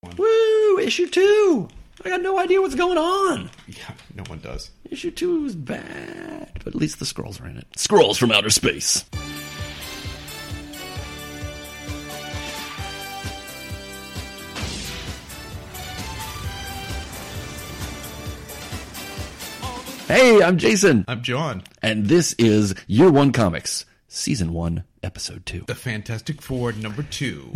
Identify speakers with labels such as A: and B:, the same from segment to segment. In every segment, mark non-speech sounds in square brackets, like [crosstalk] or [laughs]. A: one.
B: Woo! Issue two. I got no idea what's going on.
A: Yeah, no one does.
B: Issue two is bad, but at least the scrolls are in it. Scrolls from outer space. Hey, I'm Jason,
A: I'm John.
B: and this is Year One Comics, Season One, Episode Two.
A: The Fantastic Four number
B: [laughs]
A: two.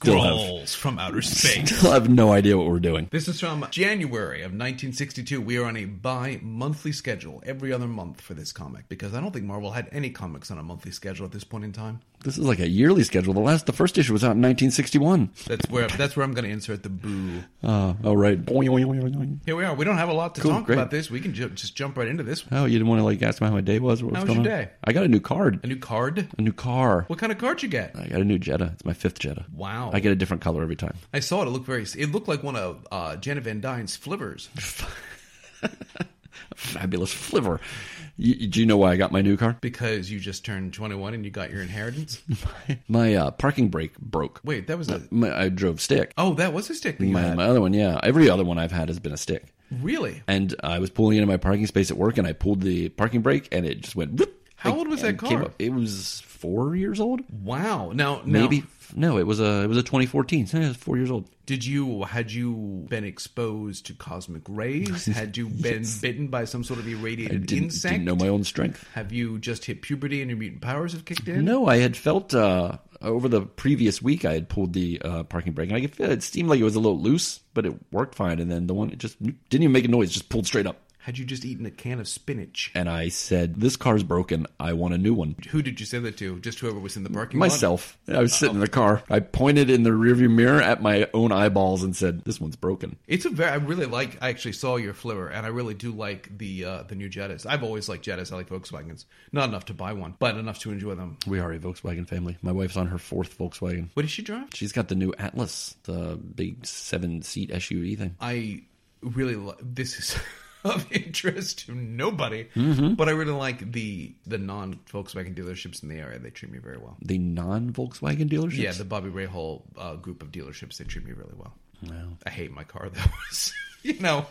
B: Still have-
A: Grolls from outer space.
B: [laughs] Still have no idea what we're doing.
A: This is from January of 1962. We are on a bi monthly schedule every other month for this comic because I don't think Marvel had any comics on a monthly schedule at this point in time.
B: This is like a yearly schedule. The last, the first issue was out in 1961.
A: That's where that's where I'm going to insert the boo.
B: Uh, oh right. Oh,
A: Here we are. We don't have a lot to talk
B: great.
A: about this. We can ju- just jump right into this.
B: Oh, you didn't want to like ask me how my day was. or What was
A: How was
B: going
A: your
B: on?
A: day?
B: I got a new card,
A: A new card.
B: a new car.
A: What kind of card you get?
B: I got a new Jetta. It's my fifth Jetta.
A: Wow.
B: I get a different color every time.
A: I saw it. It looked very. It looked like one of uh, Janet Van Dyne's flivvers.
B: Fabulous flivver. You, do you know why I got my new car?
A: because you just turned 21 and you got your inheritance.
B: My uh, parking brake broke.
A: Wait, that was a
B: My, I drove stick.
A: oh, that was a stick that you
B: My,
A: had.
B: my other one, yeah. Every other one I've had has been a stick.
A: Really?
B: And I was pulling into my parking space at work, and I pulled the parking brake, and it just went. whoop,
A: How
B: like,
A: old was
B: and
A: that
B: came
A: car?
B: up. It was four years old.
A: Wow. Now, now,
B: maybe no it was a it was a 2014 so it was four years old
A: Did you had you been exposed to cosmic
B: [laughs]
A: rays? Had you been bitten by some sort of irradiated
B: didn't,
A: insect?
B: didn't know my own strength
A: Have you just hit puberty and your mutant powers have kicked in?
B: no i had felt uh over the previous week i had pulled the uh, parking brake and i could feel it seemed like it was a little loose but it worked fine and then the one it just didn't even make a noise just pulled straight up
A: Had you just eaten a can of spinach?
B: and i said this car's broken i want a new one
A: Who did you say that to? Just whoever was in the parking lot?
B: myself i was sitting in the car i pointed in the rearview mirror at my own eyeballs and said this one's broken
A: It's a very. I really like. I actually saw your flivver, and I really do like the uh, the new Jettas. I've always liked Jettas. I like Volkswagens. Not enough to buy one, but enough to enjoy them.
B: we are a volkswagen family my wife's on her fourth volkswagen
A: What did she drive?
B: she's got the new atlas the big seven seat suv thing
A: I really. Li- this is [laughs] of interest to nobody, but I really like the the non Volkswagen dealerships in the area. They treat me very well.
B: the non Volkswagen dealerships.
A: Yeah, the Bobby Ray Hall uh, group of dealerships. They treat me really well.
B: Wow.
A: I hate my car [laughs] though. you know.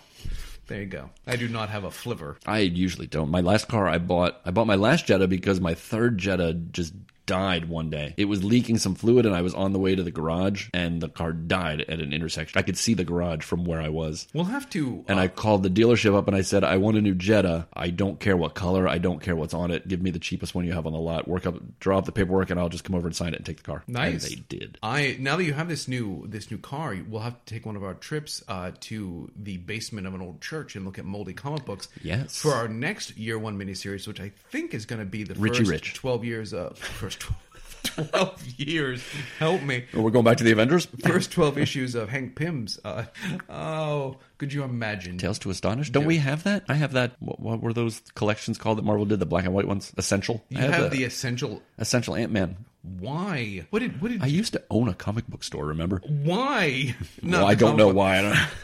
A: There you go. I do not have a flivver.
B: I usually don't. My last car I bought, I bought my last Jetta because my third Jetta just died one day. It was leaking some fluid, and I was on the way to the garage, and the car died at an intersection. I could see the garage from where I was.
A: We'll have to. uh,
B: And I called the dealership up and I said, I want a new Jetta. I don't care what color. I don't care what's on it. Give me the cheapest one you have on the lot. Work up, draw up the paperwork, and I'll just come over and sign it and take the car.
A: Nice.
B: And they did.
A: I now that you have this new this new car, we'll have to take one of our trips uh, to the basement of an old church and look at moldy comic books.
B: Yes.
A: For our next year one miniseries, which I think is going to be the
B: Richie
A: first
B: Rich.
A: twelve years of [laughs] first 12, 12 years. Help
B: [laughs]
A: me.
B: We're going back to the Avengers.
A: First twelve issues of Hank Pym's. Uh, oh, could you imagine?
B: Tales to Astonish. Don't we have that? I have that. What, what were those collections called that Marvel did? The black and white ones. Essential.
A: you have the essential.
B: Essential Ant Man.
A: Why? What did? What did?
B: I used to own a comic book store. Remember?
A: why? No,
B: well, [laughs] I
A: [laughs]
B: don't know why. I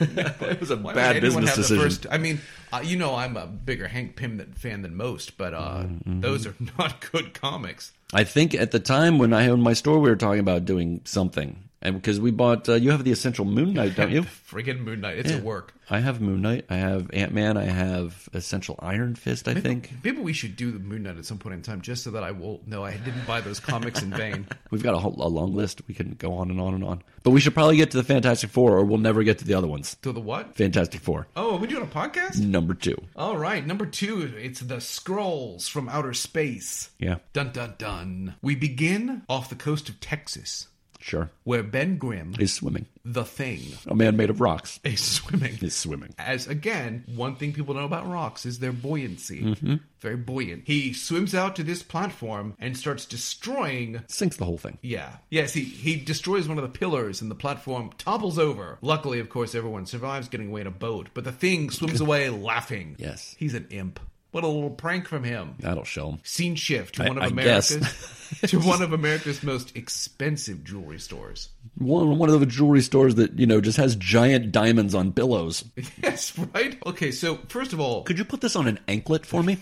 B: don't, [laughs] it was a
A: Why would
B: bad
A: anyone
B: business
A: have the
B: decision.
A: I mean, uh, you know, I'm a bigger Hank Pym than, fan than most, but uh,
B: Mm-hmm.
A: those are [laughs] not good comics.
B: I think at the time when I owned my store, we were talking about doing something, and because we bought, uh, you have the Essential Moon Knight, don't
A: [laughs]
B: you?
A: Friggin' Moon Knight, it's a work.
B: I have Moon Knight. I have Ant Man. I have Essential Iron Fist. I think
A: Maybe we should do the Moon Knight at some point in time, just so that I will know I didn't buy those comics in vain.
B: we've got a whole a long list. We can go on and on and on, but we should probably get to the Fantastic Four, or we'll never get to the other ones.
A: To the what?
B: Fantastic Four,
A: Oh, are we doing a podcast?
B: number two.
A: All right, number two, it's the Scrolls from Outer Space.
B: Yeah,
A: Dun dun dun. We begin off the coast of Texas,
B: sure.
A: where Ben Grimm,
B: Is swimming.
A: the Thing,
B: A man made of rocks
A: is swimming.
B: is swimming.
A: As again, one thing people know about rocks is their buoyancy. Very buoyant. He swims out to this platform and starts destroying.
B: Sinks the whole thing.
A: Yeah. Yes, he, he destroys one of the pillars and the platform topples over.
B: [laughs]
A: Luckily, of course, everyone survives getting away in a boat, but the thing swims away laughing.
B: Yes.
A: He's an imp. What a little prank from him.
B: That'll show him.
A: Scene shift to
B: I-
A: one of
B: I guess.
A: America's [laughs] to
B: [laughs]
A: one of America's most expensive jewelry stores. [laughs]
B: One one of the jewelry stores that you know just has giant diamonds on billows.
A: Yes, right? Okay, so first of all,
B: Could you put this on an anklet for me?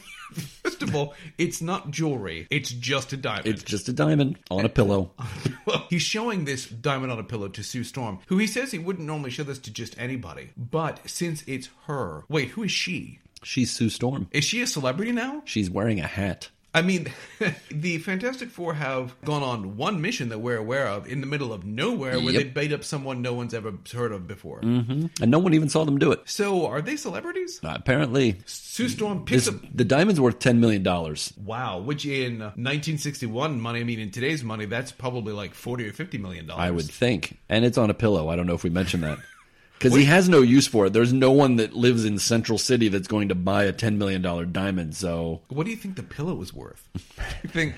A: first of all, it's not jewelry. It's just a diamond.
B: It's just a diamond on a pillow.
A: [laughs] Well, he's showing this diamond on a pillow to Sue Storm, who he says he wouldn't normally show this to just anybody. But since it's her, wait, who is she?
B: She's Sue Storm.
A: Is she a celebrity now?
B: She's wearing a hat.
A: I mean, [laughs] the Fantastic Four have gone on one mission that we're aware of in the middle of nowhere where
B: Yep. Mm-hmm.
A: they bait up someone no one's ever heard of before.
B: And no one even saw them do it.
A: So are they celebrities?
B: Uh, apparently,
A: Sue Storm picks
B: this,
A: up.
B: the diamond's worth $10 million.
A: Wow, which in 1961 money, I mean in today's money, that's probably like 40 or 50 million dollars.
B: I would think. And it's on a pillow. I don't know if we mentioned that. Because he has no use for it. There's no one that lives in Central City that's going to buy a $10 million diamond. So
A: What do you think the pillow was worth? [laughs] you think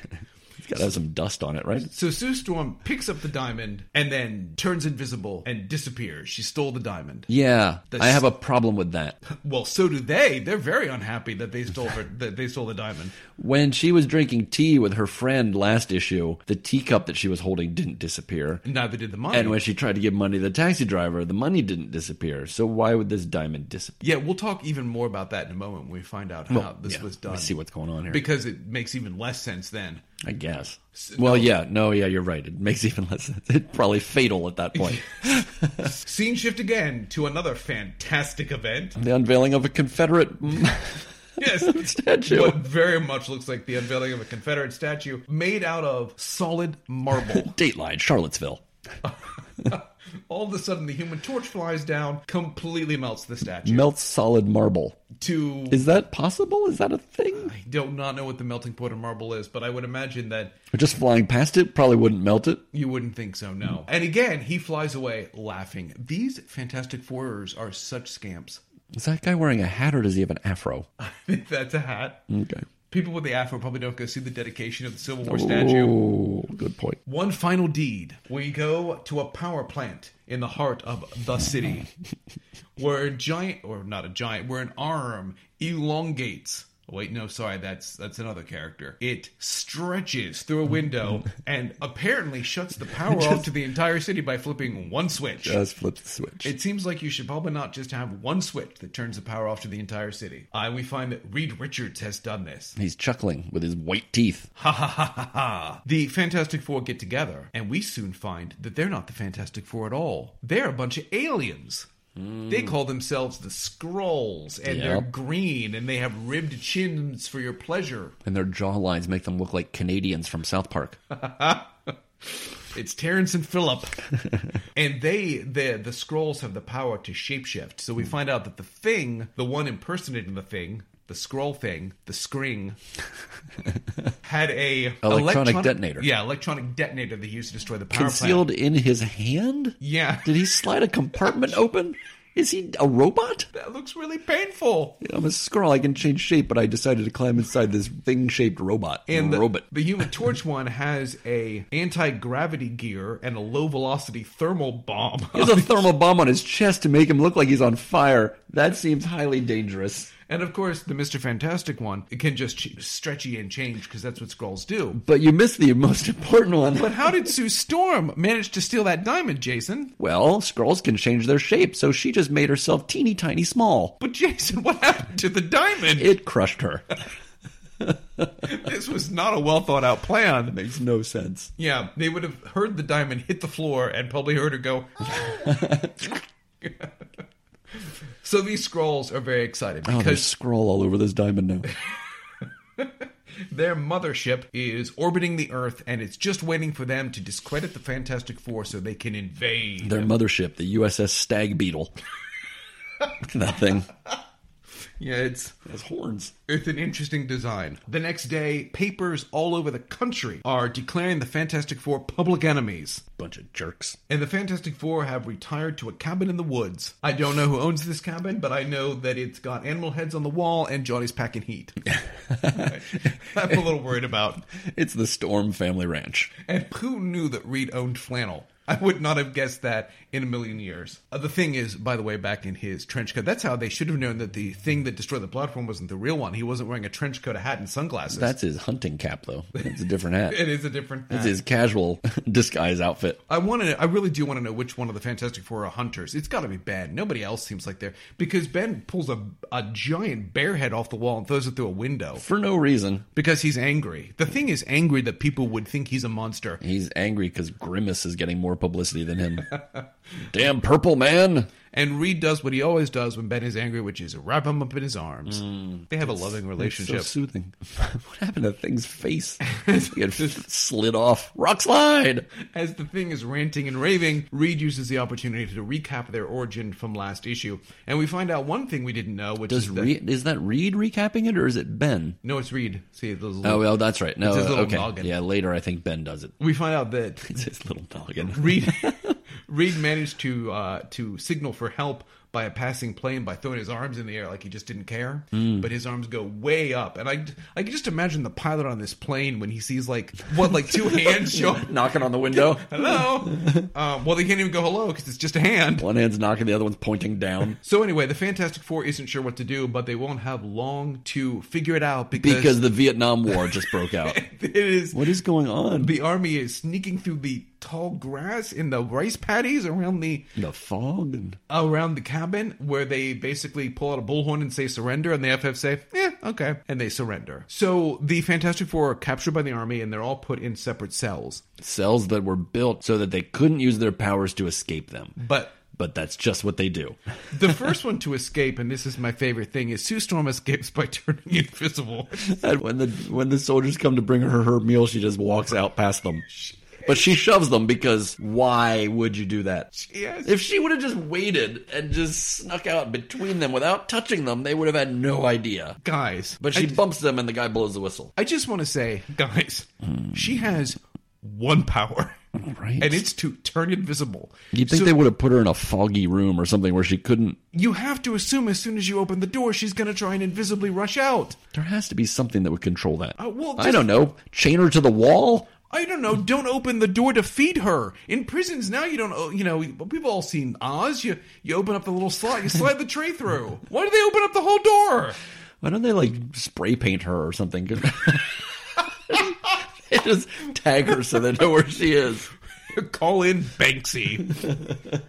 B: it's got to have some dust on it, right?
A: So Sue Storm picks up the diamond and then turns invisible and disappears. She stole the diamond.
B: Yeah.
A: The
B: I
A: s-
B: have a problem with that.
A: Well, so do they. They're very unhappy that they stole her. That they stole the diamond.
B: When she was drinking tea with her friend last issue, the teacup that she was holding didn't disappear.
A: Neither did the money.
B: And when she tried to give money to the taxi driver, the money didn't disappear. So why would this diamond disappear?
A: yeah, we'll talk even more about that in a moment when we find out how this
B: Yeah,
A: was
B: let
A: done.
B: me see what's going on here.
A: because it makes even less sense then.
B: I guess. Well, yeah, no, yeah, you're right. It makes [laughs] even less sense. It's probably fatal at that
A: [laughs]
B: point.
A: Scene shift again to another fantastic event. [laughs]
B: the unveiling of a Confederate. [laughs]
A: Yes, [laughs]
B: Statue.
A: What very much looks like the unveiling of a Confederate statue made out of solid marble.
B: [laughs] Dateline, Charlottesville.
A: All of a sudden, the human torch flies down, completely melts the statue.
B: Melts solid marble.
A: to
B: Is that possible? Is that a thing?
A: I don't not know what the melting point of marble is, but I would imagine that
B: Or just flying past it probably wouldn't melt it.
A: you wouldn't think so. No. And again, he flies away laughing. These Fantastic Fourers are such scamps.
B: Is that guy wearing a hat or does he have an afro?
A: I think [laughs] that's a hat.
B: Okay.
A: People with the afro probably don't go see the dedication of the Civil War statue.
B: Oh, good point.
A: One final deed. We go to a power plant in the heart of the city, where a giant, or not a giant, where an arm elongates. Wait, no, sorry, that's that's another character. It stretches through a window and apparently shuts the power off to the entire city by flipping one switch.
B: Just flip the switch.
A: It seems like you should probably not just have one switch that turns the power off to the entire city. I we find that Reed Richards has done this.
B: He's chuckling with his white teeth.
A: Ha ha ha ha ha. The Fantastic Four get together, and we soon find that they're not the Fantastic Four at all. They're a bunch of aliens. They call themselves the Skrulls, and they're
B: Hmm. Yep.
A: green, and they have ribbed chins for your pleasure.
B: And their jawlines make them look like Canadians from South Park.
A: It's Terrence
B: [laughs]
A: and Philip, and they the the Skrulls have the power to shapeshift. So we
B: Hmm.
A: find out that the thing, the one impersonating the thing, the Skrull thing,
B: [laughs]
A: the Skring, had a
B: Electronic detonator.
A: Yeah, electronic detonator they used to destroy the power plant.
B: Concealed in his hand?
A: Yeah.
B: Did he slide a
A: [laughs]
B: compartment open? Is he a robot?
A: That looks really painful.
B: I'm a Skrull. I can change shape, but I decided to climb inside this thing-shaped robot.
A: And the,
B: robot.
A: the Human Torch one has a anti-gravity gear and a low velocity thermal
B: [laughs]
A: bomb.
B: He has
A: [laughs]
B: a thermal bomb on his chest to make him look like he's on fire. That seems highly dangerous.
A: and of course, the Mr. Fantastic one it can just ch- stretchy and change because that's what scrolls do.
B: But you missed the most important one.
A: But how did Sue Storm manage to steal that diamond, Jason?
B: Well, Skrulls can change their shape, so she just made herself teeny tiny small.
A: But Jason, what happened to the diamond?
B: It crushed [laughs] her.
A: this was not a well thought out plan.
B: Makes no sense.
A: Yeah, they would have heard the diamond hit the floor and probably heard her
B: [laughs]
A: go. [laughs] so these scrolls are very excited
B: Oh,
A: because
B: there's scroll all over this diamond now.
A: Their mothership is orbiting the Earth, and it's just waiting for them to discredit the Fantastic Four so they can invade.
B: Their mothership, the USS Stag Beetle. Look at that thing.
A: Yeah, it's
B: It has horns.
A: it's an interesting design. The next day, papers all over the country are declaring the Fantastic Four public enemies,
B: Bunch of jerks.
A: and the Fantastic Four have retired to a cabin in the woods. I don't know who owns this cabin, but I know that it's got animal heads on the wall, and Johnny's packing heat. [laughs] I'm a little worried about.
B: It's the Storm Family Ranch.
A: And who knew that Reed owned flannel? I would not have guessed that in a million years. Uh, the thing is, by the way, back in his trench coat, that's how they should have known that the thing that destroyed the platform wasn't the real one. He wasn't wearing a trench coat, a hat, and sunglasses.
B: That's his hunting cap, though. It's a different hat.
A: it is a different.
B: It's his casual [laughs] disguise outfit.
A: I want to. I really do want to know which one of the Fantastic Four are hunters. It's got to be Ben. Nobody else seems like they're because Ben pulls a a giant bear head off the wall and throws it through a window
B: For no reason.
A: because he's angry. The thing is angry that people would think he's a monster.
B: He's angry because Grimace is getting more publicity than him. [laughs] Damn purple man.
A: And Reed does what he always does when Ben is angry, which is wrap him up in his arms. they have a loving relationship.
B: Mm. So soothing. [laughs] what happened to Thing's [laughs] face? he had slid off. Rock slide.
A: [laughs] As the thing is ranting and raving, Reed uses the opportunity to recap their origin from last issue, and we find out one thing we didn't know, which
B: Does
A: is that,
B: Reed, is that Reed recapping it or is it Ben?
A: no, it's Reed. See, those little,
B: Oh well, that's right. No,
A: It's his little
B: okay.
A: noggin.
B: Yeah, later I think Ben does it.
A: we find out
B: [laughs]
A: that
B: It's his little noggin.
A: Reed Reed managed to uh, to signal for help by a passing plane by throwing his arms in the air like he just didn't care.
B: Mm.
A: But his arms go way up, and I I can just imagine the pilot on this plane when he sees like what like two [laughs] hands show.
B: [laughs]
A: up.
B: knocking on the window.
A: Hello. Um, well, they can't even go hello because it's just a hand.
B: [laughs] One hand's knocking, the other one's pointing [laughs] down.
A: So anyway, the Fantastic Four isn't sure what to do, but they won't have long to figure it out because,
B: Because the Vietnam War just broke [laughs] out.
A: [laughs] it is
B: What is going on?
A: the army is sneaking through the tall grass in the rice paddies around the
B: The fog? and-
A: around the cabin where they basically pull out a bullhorn and say surrender, and the FF say, yeah, okay, and they surrender. So the Fantastic Four are captured by the army and they're all put in separate cells.
B: Cells that were built so that they couldn't use their powers to escape them.
A: But
B: But that's just what they do.
A: the first one to escape, and this is my favorite thing, is Sue Storm escapes by [laughs] turning invisible.
B: And when the when the soldiers come to bring her her meal, she just walks out past them. But she shoves them because why would you do that?
A: Yes.
B: If she would have just waited and just snuck out between them without touching them, they would have had no idea.
A: Guys,
B: But she bumps them and the guy blows the whistle.
A: I just want to say, guys, she has one power,
B: Right.
A: and it's to turn invisible.
B: You'd think
A: So
B: they would have put her in a foggy room or something where she couldn't.
A: you have to assume as soon as you open the door, she's going to try and invisibly rush out.
B: There has to be something that would control that.
A: Uh, well,
B: I
A: just-
B: don't know. Chain her to the wall?
A: I don't know. Don't open the door to feed her. In prisons now, you don't. o- You know, we've all seen Oz. You you open up the little slot, you slide the tray through. Why do they open up the whole door?
B: Why don't they like spray paint her or something? [laughs] they just tag her so they know where she is.
A: [laughs] Call in Banksy.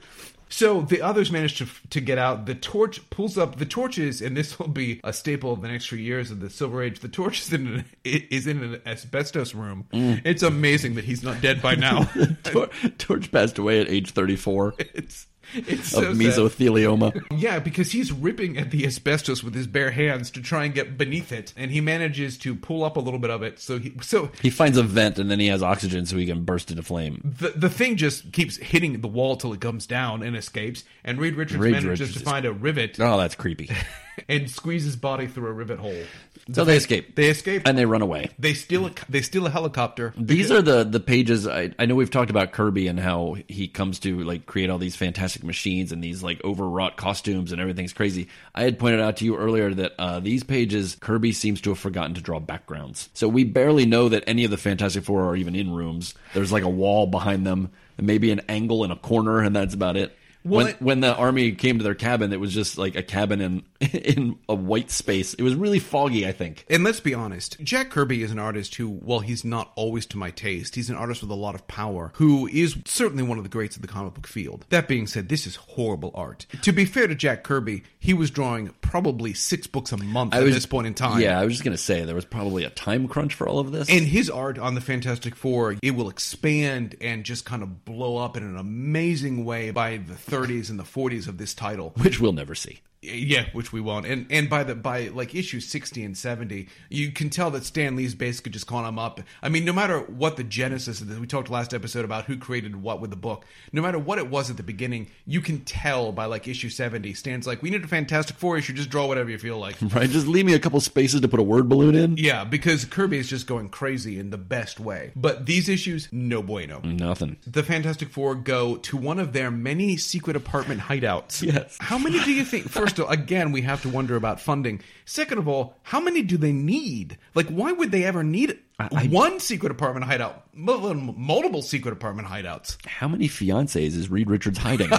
A: [laughs] So the others manage to to get out. The torch pulls up the torches, and this will be a staple of the next few years of the Silver Age. The torch is in an, is in an asbestos room.
B: Mm.
A: It's amazing that he's not dead by
B: [laughs]
A: now.
B: Tor- Torch passed away at age 34
A: it's it's
B: of
A: so sad.
B: mesothelioma.
A: Yeah, because he's ripping at the asbestos with his bare hands to try and get beneath it, and he manages to pull up a little bit of it. So he, so
B: He finds a vent and then he has oxygen so he can burst into flame.
A: the the thing just keeps hitting the wall till it comes down and escapes. And Reed Richards
B: Reed
A: manages
B: Richards
A: to
B: is-
A: find a rivet
B: Oh, that's
A: [laughs]
B: creepy.
A: and squeeze his body through a rivet hole.
B: So they escape.
A: They escape.
B: and they run away.
A: they steal a they steal a helicopter.
B: These are the the pages. I, I know we've talked about Kirby and how he comes to like create all these fantastic machines and these like overwrought costumes and everything's crazy. I had pointed out to you earlier that uh, these pages Kirby seems to have forgotten to draw backgrounds, so we barely know that any of the Fantastic Four are even in rooms. There's like a wall behind them, and maybe an angle in a corner, and that's about it.
A: Well,
B: When,
A: it-
B: when the army came to their cabin, it was just like a cabin in [laughs] in a white space. It was really foggy, I think.
A: And let's be honest, Jack Kirby is an artist who, while he's not always to my taste, he's an artist with a lot of power who is certainly one of the greats of the comic book field. That being said, this is horrible art. To be fair to Jack Kirby, he was drawing probably six books a month at
B: was-
A: this point in time.
B: Yeah, I was just gonna say there was probably a time crunch for all of this.
A: And his art on the Fantastic Four, it will expand and just kind of blow up in an amazing way by the 30s and the 40s of this title.
B: which we'll never see.
A: Yeah, which we won't. And and by the by like issue sixty and seventy, you can tell that Stan Lee's basically just calling him up. I mean, no matter what the genesis of this, we talked last episode about who created what with the book. No matter what it was at the beginning, you can tell by like issue seventy, Stan's like, "We need a Fantastic Four issue. Just draw whatever you feel like."
B: Right? Just leave me a couple spaces to put a word balloon in.
A: Yeah, because Kirby is just going crazy in the best way. But these issues, no bueno.
B: Nothing.
A: The Fantastic Four go to one of their many secret apartment hideouts.
B: Yes.
A: How many do you think? First of all, again, we have to wonder about funding. Second of all, how many do they need? Like, why would they ever need one secret apartment hideout, mul- multiple secret apartment hideouts?
B: How many fiancés is Reed Richards hiding?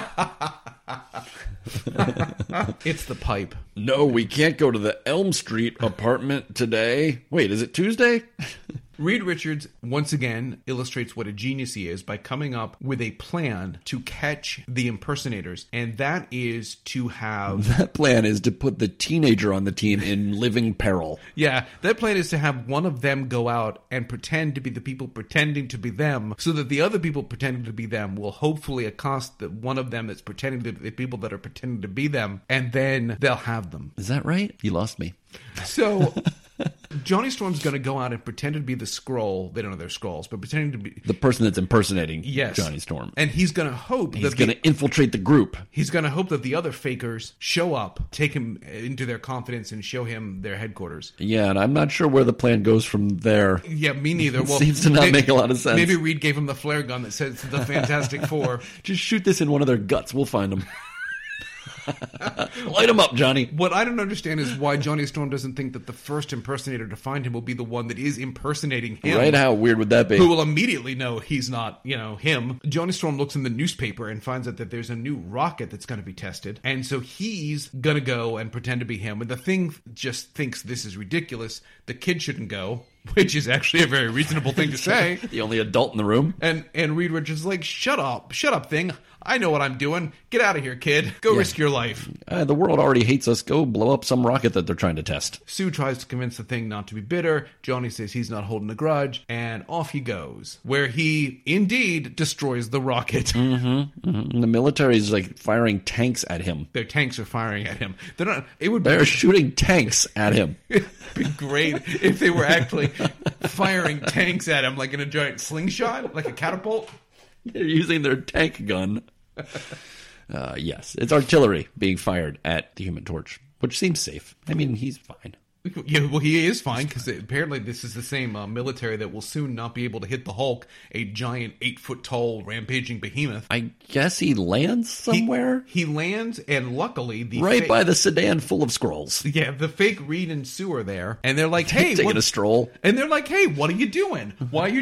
A: It's the pipe.
B: [laughs] no, we can't go to the Elm Street apartment today. Wait, is it Tuesday?
A: Reed Richards once again illustrates what a genius he is by coming up with a plan to catch the impersonators, and that is to
B: [laughs]
A: have
B: That plan is to put the teenager on the team in living peril.
A: yeah, that plan is to have one of them go out and pretend to be the people pretending to be them, so that the other people pretending to be them will hopefully accost the one of them that's pretending to the people that are pretending to be them, and then they'll have them.
B: Is that right? You lost me. [laughs]
A: So. Johnny Storm's going to go out and pretend to be the scroll. They don't know they're scrolls, but pretending to be
B: The person that's impersonating
A: yes,
B: Johnny Storm.
A: and he's going to hope
B: He's
A: that the
B: going to infiltrate the group.
A: He's going to hope that the other fakers show up, take him into their confidence, and show him their headquarters.
B: Yeah, and I'm not sure where the plan goes from there. [laughs]
A: Yeah, me neither. Well,
B: Seems to not
A: may-
B: make a lot of sense.
A: Maybe Reed gave him the flare gun that says the
B: [laughs]
A: Fantastic Four.
B: Just shoot this in one of their guts. We'll find them. Light them up, Johnny.
A: What I don't understand is why Johnny Storm doesn't think that the first impersonator to find him will be the one that is impersonating him.
B: Right? How weird would that be?
A: who will immediately know he's not, you know, him. Johnny Storm looks in the newspaper and finds out that there's a new rocket that's going to be tested. And so he's going to go and pretend to be him. And the thing just thinks this is ridiculous. The kid shouldn't go, which is actually a very reasonable thing to say.
B: The only adult in the room.
A: And and Reed Richards is like, shut up, shut up, thing. I know what I'm doing. Get out of here, kid. Go risk your life.
B: Uh, the world already hates us. Go blow up some rocket that they're trying to test.
A: Sue tries to convince the thing not to be bitter. Johnny says he's not holding a grudge, and off he goes, where he indeed destroys the rocket.
B: And the military is like firing tanks at him.
A: [laughs] their tanks are firing at him. They're not. It would be,
B: They're shooting tanks at him. [laughs]
A: [laughs] be great if they were actually firing tanks at him, like in a giant slingshot, like a catapult.
B: They're using their tank gun. Uh, yes, it's artillery being fired at the Human Torch, which seems safe. I mean, he's fine.
A: Yeah, well, he is fine because apparently this is the same uh, military that will soon not be able to hit the Hulk, a giant eight foot tall rampaging behemoth.
B: I guess he lands somewhere
A: He lands, and luckily the
B: right
A: fa-
B: by the sedan full of scrolls,
A: yeah the fake Reed and Sue are there, and they're like, "Hey,
B: taking
A: what-
B: a stroll.
A: and they're like, "Hey, what are you doing? Why are you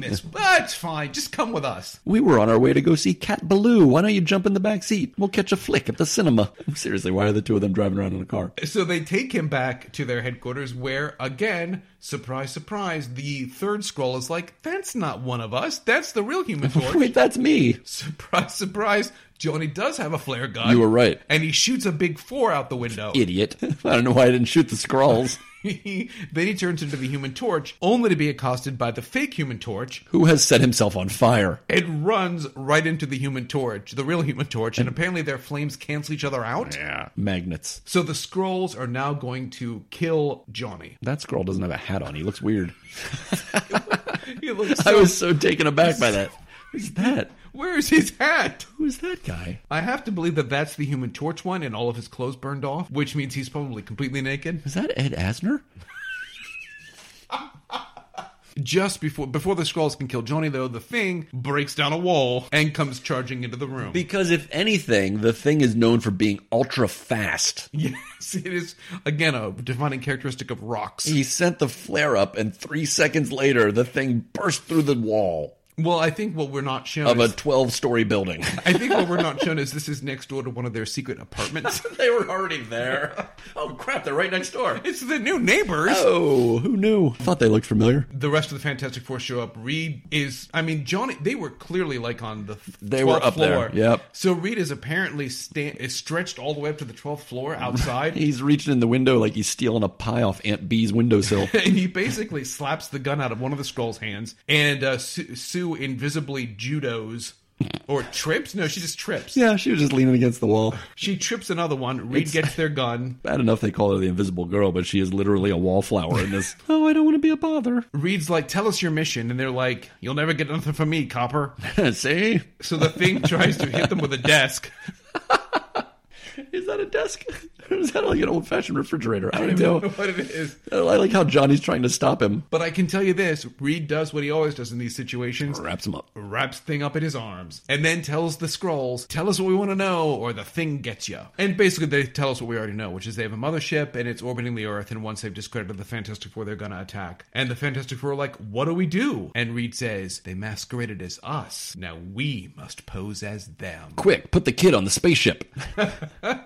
B: [laughs]
A: this? That's fine. Just come with us."
B: We were on our way to go see Cat Baloo. Why don't you jump in the back seat? We'll catch a flick at the cinema. [laughs] Seriously, why are the two of them driving around in a car?
A: So they take him back to their headquarters, where again, surprise, surprise, the third scroll is like, "That's not one of us. That's the real
B: [laughs]
A: Human Torch."
B: Wait, that's me.
A: surprise, surprise, Johnny does have a flare gun.
B: You were right.
A: and he shoots a big four out the window.
B: Idiot. [laughs] I don't know why I didn't shoot the [laughs] scrolls.
A: [laughs] then he turns into the Human Torch, only to be accosted by the fake Human Torch.
B: Who has set himself on fire?
A: and runs right into the Human Torch, the real Human Torch, and apparently their flames cancel each other out.
B: Yeah. Magnets.
A: So the scrolls are now going to kill Johnny.
B: That scroll doesn't have a hat on. He looks weird. [laughs]
A: He looks
B: I was so taken aback by [laughs] that. Who's that?
A: Where's his hat?
B: Who's that guy?
A: I have to believe that that's the Human Torch one, and all of his clothes burned off, which means he's probably completely naked.
B: Is that Ed Asner?
A: Just before before the scrolls can kill Johnny, though, the thing breaks down a wall and comes charging into the room.
B: Because if anything, the thing is known for being ultra fast.
A: [laughs] yes, it is again a defining characteristic of rocks.
B: He sent the flare up, and three seconds later, the thing burst through the wall
A: Well, I think what we're not shown
B: of a
A: is,
B: 12 story building.
A: I think what we're not shown is this is next door to one of their
B: [laughs]
A: secret apartments.
B: [laughs] they were already there. Oh, crap, they're right next door.
A: it's the new neighbors.
B: Oh, who knew? Thought they looked familiar.
A: the rest of the Fantastic Four show up. Reed is, I mean, Johnny. They were clearly like on the
B: They
A: 12th
B: were up
A: floor.
B: there, yep.
A: So Reed is apparently sta- is stretched all the way up to the twelfth floor
B: [laughs]
A: outside,
B: He's reaching in the window like he's stealing a pie off Aunt B's [laughs] windowsill.
A: [laughs] and he basically slaps the gun out of one of the scrolls' hands, and uh, Sue, Sue invisibly judos or trips. No, she just trips.
B: yeah, she was just leaning against the wall.
A: She trips another one. Reed gets their gun.
B: Bad enough they call her the invisible girl, but she is literally a wallflower in this. [laughs] oh, I don't want to be a bother.
A: Reed's like, "Tell us your mission," and they're like, "You'll never get nothing from me, Copper."
B: [laughs] See?
A: So the thing tries to hit them with a desk.
B: Is that a desk? [laughs] It's kind of like an old fashioned refrigerator. I don't even know.
A: [laughs] what it is.
B: I like how Johnny's trying to stop him.
A: But I can tell you this Reed does what he always does in these situations
B: Wraps him up.
A: wraps thing up in his arms, and then tells the scrolls, tell us what we want to know, or the thing gets you. And basically, they tell us what we already know, which is they have a mothership and it's orbiting the Earth, and once they've discredited the Fantastic Four, they're going to attack. And the Fantastic Four are like, what do we do? And Reed says, they masqueraded as us. Now we must pose as them.
B: Quick, put the kid on the spaceship.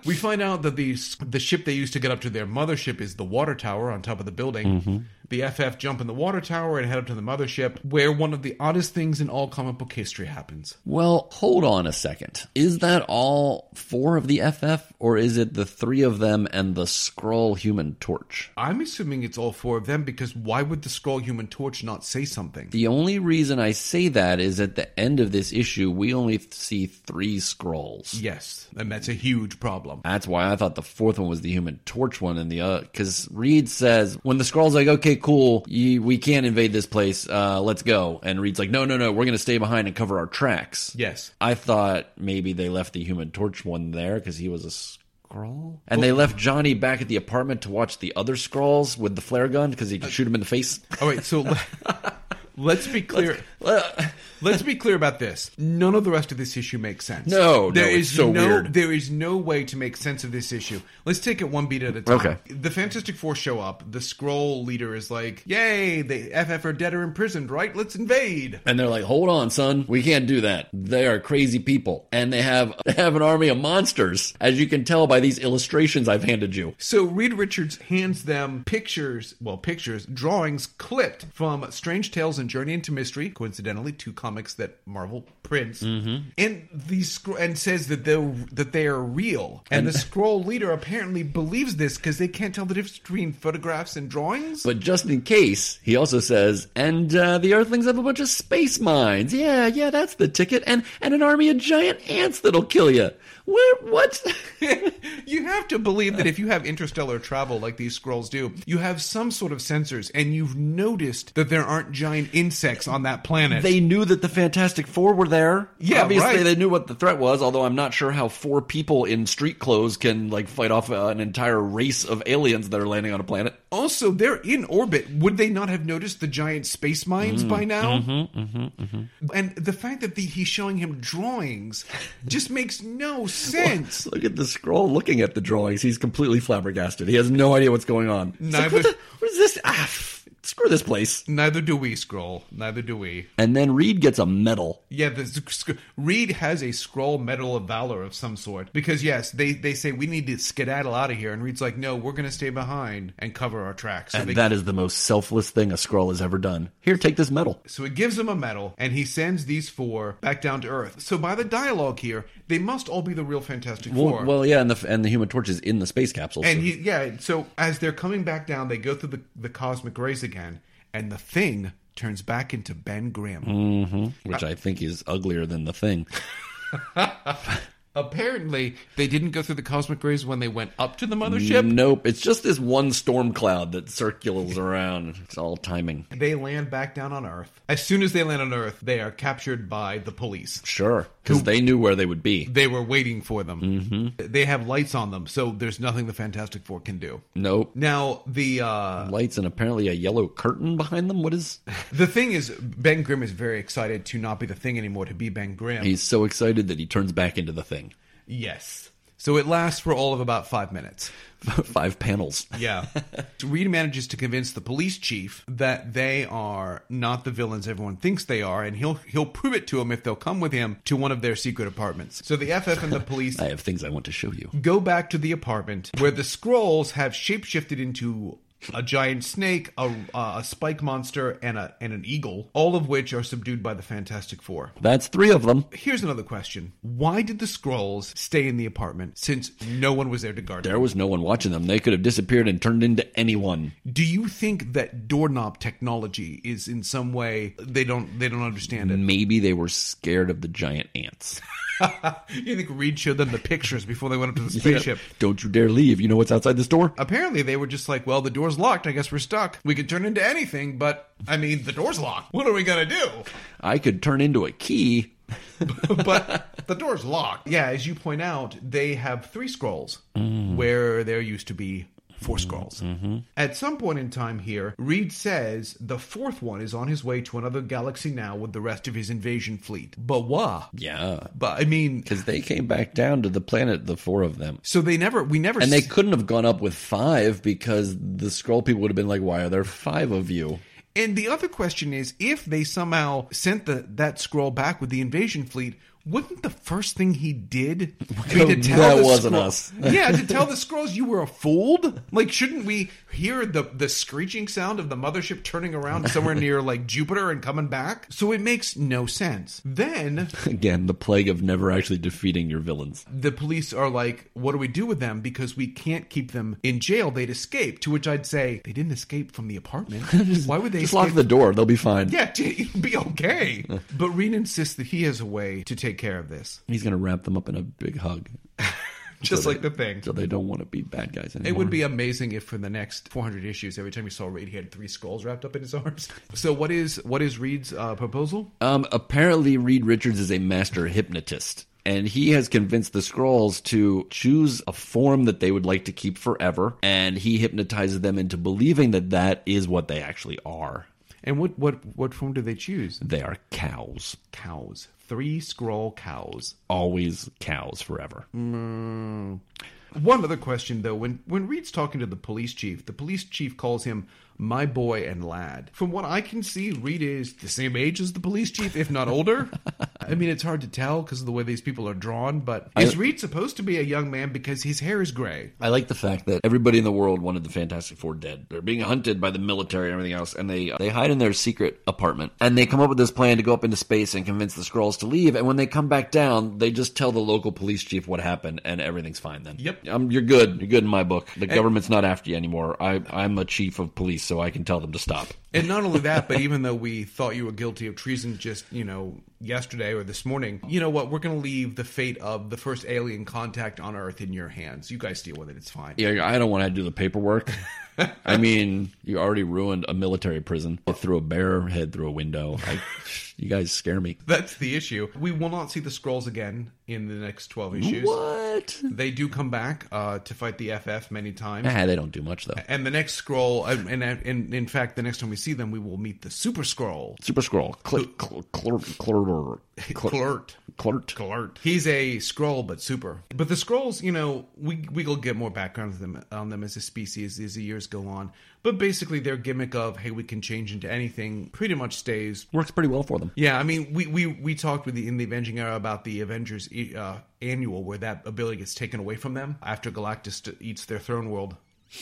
A: We find out that the, the ship they used to get up to their mothership is the water tower on top of the building. The FF jump in the water tower and head up to the mothership, where one of the oddest things in all comic book history happens.
B: Well, hold on a second. Is that all four of the FF, or is it the three of them and the Skrull Human Torch?
A: I'm assuming it's all four of them because why would the Skrull Human Torch not say something?
B: The only reason I say that is at the end of this issue, we only th- see three Skrulls.
A: Yes, and that's a huge problem.
B: That's why I thought the fourth one was the Human Torch one, and the other because Reed says when the Skrull's like, "Okay, cool, you, we can't invade this place. Uh, let's go," and Reed's like, "No, no, no, we're gonna stay behind and cover our tracks."
A: Yes,
B: I thought maybe they left the Human Torch one there because he was a scroll, and they left Johnny back at the apartment to watch the other scrolls with the flare gun because he could shoot him in the [laughs] face.
A: All right, so le- [laughs] let's be clear. [laughs] Let's be clear about this. None of the rest of this issue makes sense.
B: No, no,
A: there
B: it's
A: is
B: so
A: no,
B: weird.
A: There is no way to make sense of this issue. Let's take it one beat at a time.
B: Okay.
A: The Fantastic Four show up. The Scroll leader is like, "Yay! The FF are dead or imprisoned, right? Let's invade."
B: And they're like, "Hold on, son, we can't do that. They are crazy people, and they have [laughs] they have an army of monsters, as you can tell by these illustrations I've handed you."
A: So Reed Richards hands them pictures, well, pictures, drawings clipped from Strange Tales and Journey into Mystery, coincidentally, two comics that Marvel prints, and these scr- and says that they that they are real. And, the scroll leader apparently believes this because they can't tell the difference between photographs and drawings.
B: But just in case, he also says, "And uh, the Earthlings have a bunch of space mines. Yeah, yeah, that's the ticket. And and an army of giant ants that'll kill you. Where what?"
A: [laughs]
B: [laughs]
A: you have to believe that if you have interstellar travel like these scrolls do, you have some sort of sensors, and you've noticed that there aren't giant insects on that planet.
B: they knew that the Fantastic Four were there.
A: Yeah,
B: obviously
A: right.
B: they knew what the threat was. Although I'm not sure how four people in street clothes can like fight off uh, an entire race of aliens that are landing on a planet.
A: Also, they're in orbit. Would they not have noticed the giant space mines
B: Mm,
A: by now?
B: mm-hmm,
A: And the fact that the, he's showing him drawings just makes
B: [laughs]
A: no
B: [laughs]
A: sense.
B: Look at the scroll looking at the drawings. He's completely flabbergasted. He has no idea what's going on. He's like,
A: Neither-
B: what, the- what is this? Ah, f- screw this place.
A: Neither do we, Scroll. Neither do we.
B: And then Reed gets a medal.
A: Yeah, the Sc- Sc- Reed has a Scroll Medal of Valor of some sort because yes, they they say we need to skedaddle out of here, and Reed's like, no, we're going to stay behind and cover our tracks. So
B: And
A: they
B: that is the most selfless thing a scroll has ever done. Here, take this medal.
A: So he gives him a medal, and he sends these four back down to Earth. So by the dialogue here, they must all be the real Fantastic Four.
B: Well, well, yeah, and the and the Human Torch is in the space capsule. so-
A: And he, yeah, so as they're coming back down, they go through the, the cosmic rays again, and the thing turns back into Ben Grimm.
B: which I think is uglier than the thing.
A: Apparently, they didn't go through the cosmic rays when they went up to the mothership.
B: Nope, it's just this one storm cloud that circulates around. It's all timing.
A: They land back down on Earth. As soon as they land on Earth, they are captured by the police.
B: Sure, because they knew where they would be.
A: They were waiting for them. Mm-hmm. They have lights on them, so there's nothing the Fantastic Four can do.
B: Nope.
A: Now, the uh,
B: Lights and apparently a yellow curtain behind them. What is?
A: the thing is, Ben Grimm is very excited to not be the thing anymore, to be Ben Grimm.
B: He's so excited that he turns back into the thing. [laughs]
A: yes. So it lasts for all of about five minutes.
B: Five panels.
A: Yeah. So [laughs] Reed manages to convince the police chief that they are not the villains everyone thinks they are, and he'll he'll prove it to him if they'll come with him to one of their secret apartments. So the FF and
B: [laughs]
A: the police
B: I have things I want to show you.
A: go back to the apartment where the scrolls have shapeshifted into a giant snake, a, a spike monster, and a and an eagle, all of which are subdued by the Fantastic Four.
B: That's three of them.
A: Here's another question: Why did the scrolls stay in the apartment since no one was there to guard them?
B: There was no one watching them. They could have disappeared and turned into anyone.
A: Do you think that doorknob technology is in some way they don't they don't understand it?
B: Maybe they were scared of the giant ants.
A: [laughs] you think Reed showed them the pictures before they went up to the spaceship?
B: Don't you dare leave. You know what's outside this door?
A: Apparently they were just like, well, the door's locked. I guess we're stuck. We could turn into anything, but I mean, the door's locked. What are we gonna do?
B: I could turn into a key.
A: [laughs] but the door's locked. Yeah, as you point out, they have three scrolls
B: Mm.
A: where there used to be four
B: Mm-hmm.
A: scrolls. At some point in time here, Reed says the fourth one is on his way to another galaxy now with the rest of his invasion fleet. But what?
B: Yeah.
A: But I mean,
B: Because they came back down to the planet, the four of them.
A: so they never, we never,
B: And they
A: s-
B: couldn't have gone up with five because the scroll people would have been like, why are there five of you? [laughs]
A: And the other question is, if they somehow sent the that scroll back with the invasion fleet, wouldn't the first thing he did
B: [laughs]
A: be to
B: Go,
A: tell
B: "That
A: the
B: wasn't
A: Skrull-
B: us."
A: [laughs] yeah, to tell the scrolls you were a fooled. Like, shouldn't we hear the the screeching sound of the mothership
B: [laughs]
A: turning around somewhere near like Jupiter and coming back? So it makes no sense. Then
B: Again, the plague of never actually defeating your villains.
A: the police are like, what do we do with them? Because we can't keep them in jail. They'd escape. To which I'd say, they didn't escape from
B: [laughs]
A: the apartment. Why would they
B: Just
A: escape
B: lock the door. They'll be fine.
A: Yeah, [laughs] it'll be okay. but Reed insists that he has a way to take care of this,
B: He's going to wrap them up in a big hug
A: just like the thing.
B: so they don't want to be bad guys anymore.
A: It would be amazing if, for the next 400 issues, every time you saw Reed, he had three skulls wrapped up in his [laughs] arms. So, what is what is Reed's uh, proposal?
B: Um, apparently, Reed Richards is a master hypnotist, and he has convinced the Skrulls to choose a form that they would like to keep forever, and he hypnotizes them into believing that that is what they actually are.
A: And what what what form do they choose?
B: They are cows,
A: Cows. Three scroll cows.
B: always cows forever.
A: One other question, though, when when Reed's talking to the police chief, the police chief calls him my boy and lad. From what I can see, Reed is the same age as the police chief, if not older. I mean, it's hard to tell because of the way these people are drawn. But is Reed supposed to be a young man because his hair is gray?
B: I like the fact that everybody in the world wanted the Fantastic Four dead. They're being hunted by the military and everything else, and they they hide in their secret apartment. And they come up with this plan to go up into space and convince the Skrulls to leave. And when they come back down, they just tell the local police chief what happened, and everything's fine then.
A: Yep.
B: um, you're good. You're good in my book. The government's not after you anymore. I I'm a chief of police, so I can tell them to stop.
A: And not only that, but even though we thought you were guilty of treason just, you know, yesterday or this morning, you know what? We're going to leave the fate of the first alien contact on Earth in your hands. You guys deal with it. It's fine.
B: Yeah, I don't want to do the paperwork. I mean, you already ruined a military prison. It threw a bear head through a window. I, you guys scare me.
A: That's the issue. We will not see the scrolls again in the next 12 issues.
B: What?
A: They do come back uh, to fight the FF many times.
B: Nah, they don't do much though.
A: And the next scroll, and, and, and in fact, the next time we see them, we will meet the Super Scroll,
B: Super Scroll, Clirt, Clirt, Clirt,
A: Clert.
B: Clirt.
A: Clert. He's a scroll, but super. But the scrolls, you know, we we'll get more background on them, on them as a species as the years go on. But basically, their gimmick of "Hey, we can change into anything" pretty much stays
B: Works pretty well for them.
A: Yeah, I mean, we we we talked with the, in the Avenging era about the Avengers uh, annual where that ability gets taken away from them after Galactus t- eats their throne world.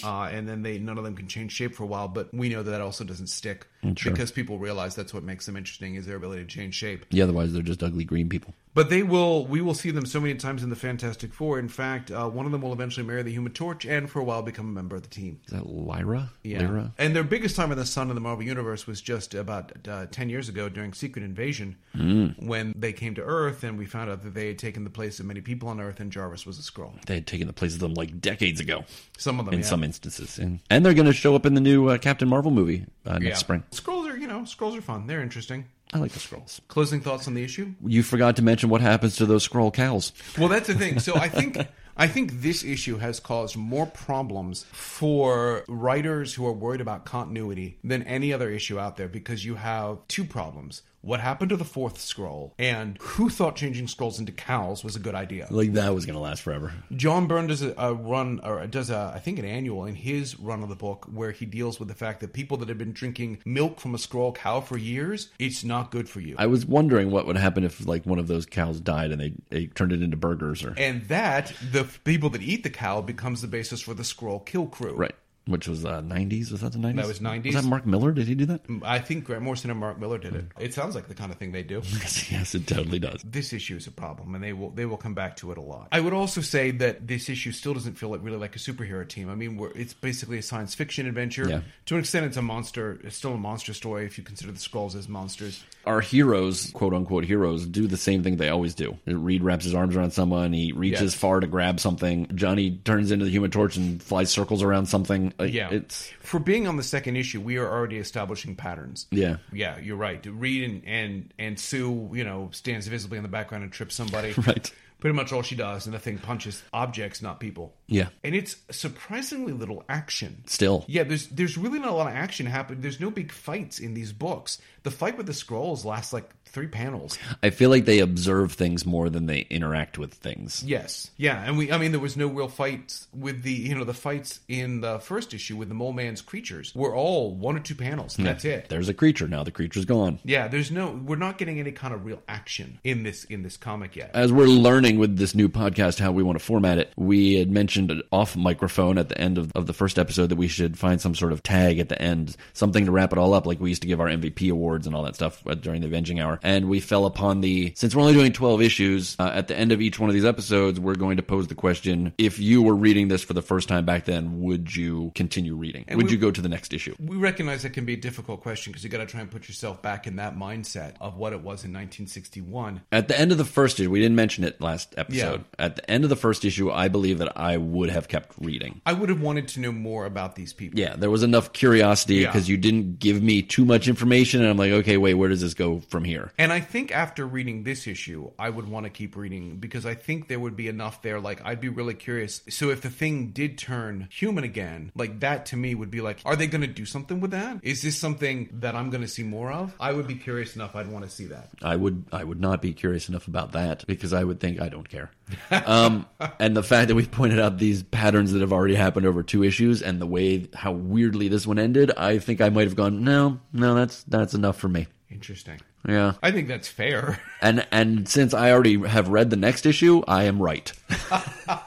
A: Uh, and then they none of them can change shape for a while, but we know that, that also doesn't stick because people realize that's what makes them interesting is their ability to change shape.
B: Yeah, otherwise they're just ugly green people.
A: But they will we will see them so many times in the Fantastic Four. In fact, uh, one of them will eventually marry the Human Torch and for a while become a member of the team.
B: Is that Lyra?
A: Yeah.
B: Lyra?
A: And their biggest time in the sun in the Marvel Universe was just about uh, 10 years ago during Secret Invasion
B: Mm.
A: when they came to Earth and we found out that they had taken the place of many people on Earth and Jarvis was a scroll.
B: They had taken the place of them like decades ago
A: Some of them.
B: in
A: yeah.
B: some instances. And, and they're going to show up in the new uh, Captain Marvel movie uh, next
A: Yeah.
B: spring.
A: Scrolls are, you know, scrolls are fun. They're interesting.
B: I like the Scrolls.
A: Closing thoughts on the issue?
B: You forgot to mention what happens to those Scroll cows.
A: Well, that's the thing. So I think I think this issue has caused more problems for writers who are worried about continuity than any other issue out there because you have two problems. What happened to the fourth scroll and who thought changing scrolls into cows was a good idea?
B: Like that was going to last forever.
A: John Byrne does a, a run, or does a, I think an annual in his run of the book where he deals with the fact that people that have been drinking milk from a scroll cow for years, it's not good for you.
B: I was wondering what would happen if like one of those cows died and they, they turned it into burgers or
A: and that the f- people that eat the cow becomes the basis for the scroll kill crew.
B: right, which was uh, 90s. Was that the 90s?
A: That was 90s.
B: Was that Mark Miller? Did he do that? [laughs]
A: I think Grant Morrison and Mark Miller did it. It sounds like the kind of thing
B: [laughs]
A: they do.
B: yes, it totally does.
A: This issue is a problem, and they will they will come back to it a lot. I would also say that this issue still doesn't feel like really like a superhero team. I mean, we're, it's basically a science fiction adventure.
B: Yeah.
A: To an extent, it's a monster. It's still a monster story if you consider the scrolls as monsters.
B: our heroes, quote unquote heroes, do the same thing they always do. Reed wraps his arms around someone. He reaches
A: Yes.
B: far to grab something. Johnny turns into the Human Torch and flies circles around something. Like,
A: Yeah.
B: It's
A: For being on the second issue, we are already establishing patterns.
B: yeah. [laughs]
A: Yeah, you're right. Reed and and, and Sue, you know, stands visibly in the background and trips somebody.
B: [laughs] Right.
A: Pretty much all she does, and the thing punches objects, not people.
B: Yeah.
A: And it's surprisingly little action.
B: Still.
A: Yeah, there's there's really not a lot of action happening. There's no big fights in these books. The fight with the scrolls lasts like three panels.
B: I feel like they observe things more than they interact with things.
A: Yes. Yeah, and we I mean there was no real fights with the you know, the fights in the first issue with the mole man's creatures were all one or two panels. That's it.
B: There's a creature now. The creature's gone.
A: Yeah, there's no we're not getting any kind of real action in this in this comic yet.
B: As we're learning with this new podcast how we want to format it, we had mentioned off microphone at the end of, of the first episode that we should find some sort of tag at the end, something to wrap it all up, like we used to give our MVP awards and all that stuff uh, during the Avenging Hour. And we fell upon the, since we're only doing 12 issues, uh, at the end of each one of these episodes, we're going to pose the question if you were reading this for the first time back then, would you continue reading? would
A: we-
B: you go to the next issue?
A: we recognize that can be a difficult question because you got to try and put yourself back in that mindset of what it was in 1961.
B: At the end of the first issue, we didn't mention it last episode. At the end of the first issue, I believe that I would have kept reading.
A: I would have wanted to know more about these people.
B: Yeah, there was enough curiosity
A: Yeah.
B: because you didn't give me too much information, and I'm like, okay, wait, where does this go from here?
A: And I think after reading this issue, I would want to keep reading because I think there would be enough there. Like, I'd be really curious. So, if the thing did turn human again, like that to me would be like, are they going to do something with that? Is this something that I'm going to see more of? I would be curious enough. I'd want to see that.
B: I would, I would not be curious enough about that because I would think I don't
A: [laughs]
B: care. um, and the fact that we pointed out these patterns that have already happened over two issues, and the way how weirdly this one ended, I think I might have gone, no, no, that's that's enough for me.
A: Interesting.
B: Yeah.
A: I think that's fair. [laughs]
B: And and since I already have read the next issue, I am right.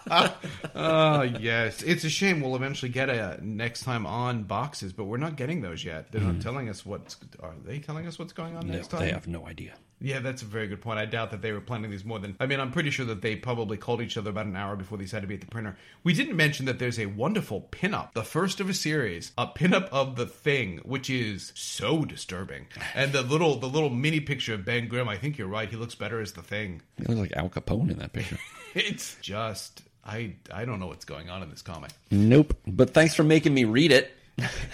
A: Oh, yes. It's a shame we'll eventually get a next time on boxes, but we're not getting those yet. They're not telling us what's. Are they telling us what's going on next time?
B: They have no idea.
A: Yeah, that's a very good point. I doubt that they were planning these more than. I mean, I'm pretty sure that they probably called each other about an hour before these had to be at the printer. We didn't mention that there's a wonderful pinup, the first of a series, a pinup of the thing, which is so disturbing. And the little, the little mini picture of Ben Grimm. I think you're right. He looks better as the thing.
B: He looks like Al Capone in that picture.
A: It's just, I, I don't know what's going on in this comic.
B: [laughs] nope. But thanks for making me read it.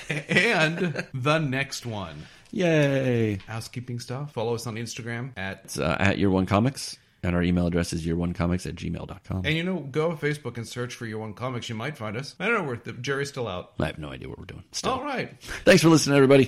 A: And the next one,
B: Yay.
A: housekeeping stuff. Follow us on Instagram at.
B: It's uh, at Year One Comics, and our email address is yearonecomics at gmail.com.
A: And you know, go on Facebook and search for your one comics. You might find us. I don't know. We're, the jury's still out.
B: I have no idea what we're doing. Still.
A: All right.
B: Thanks for listening, everybody.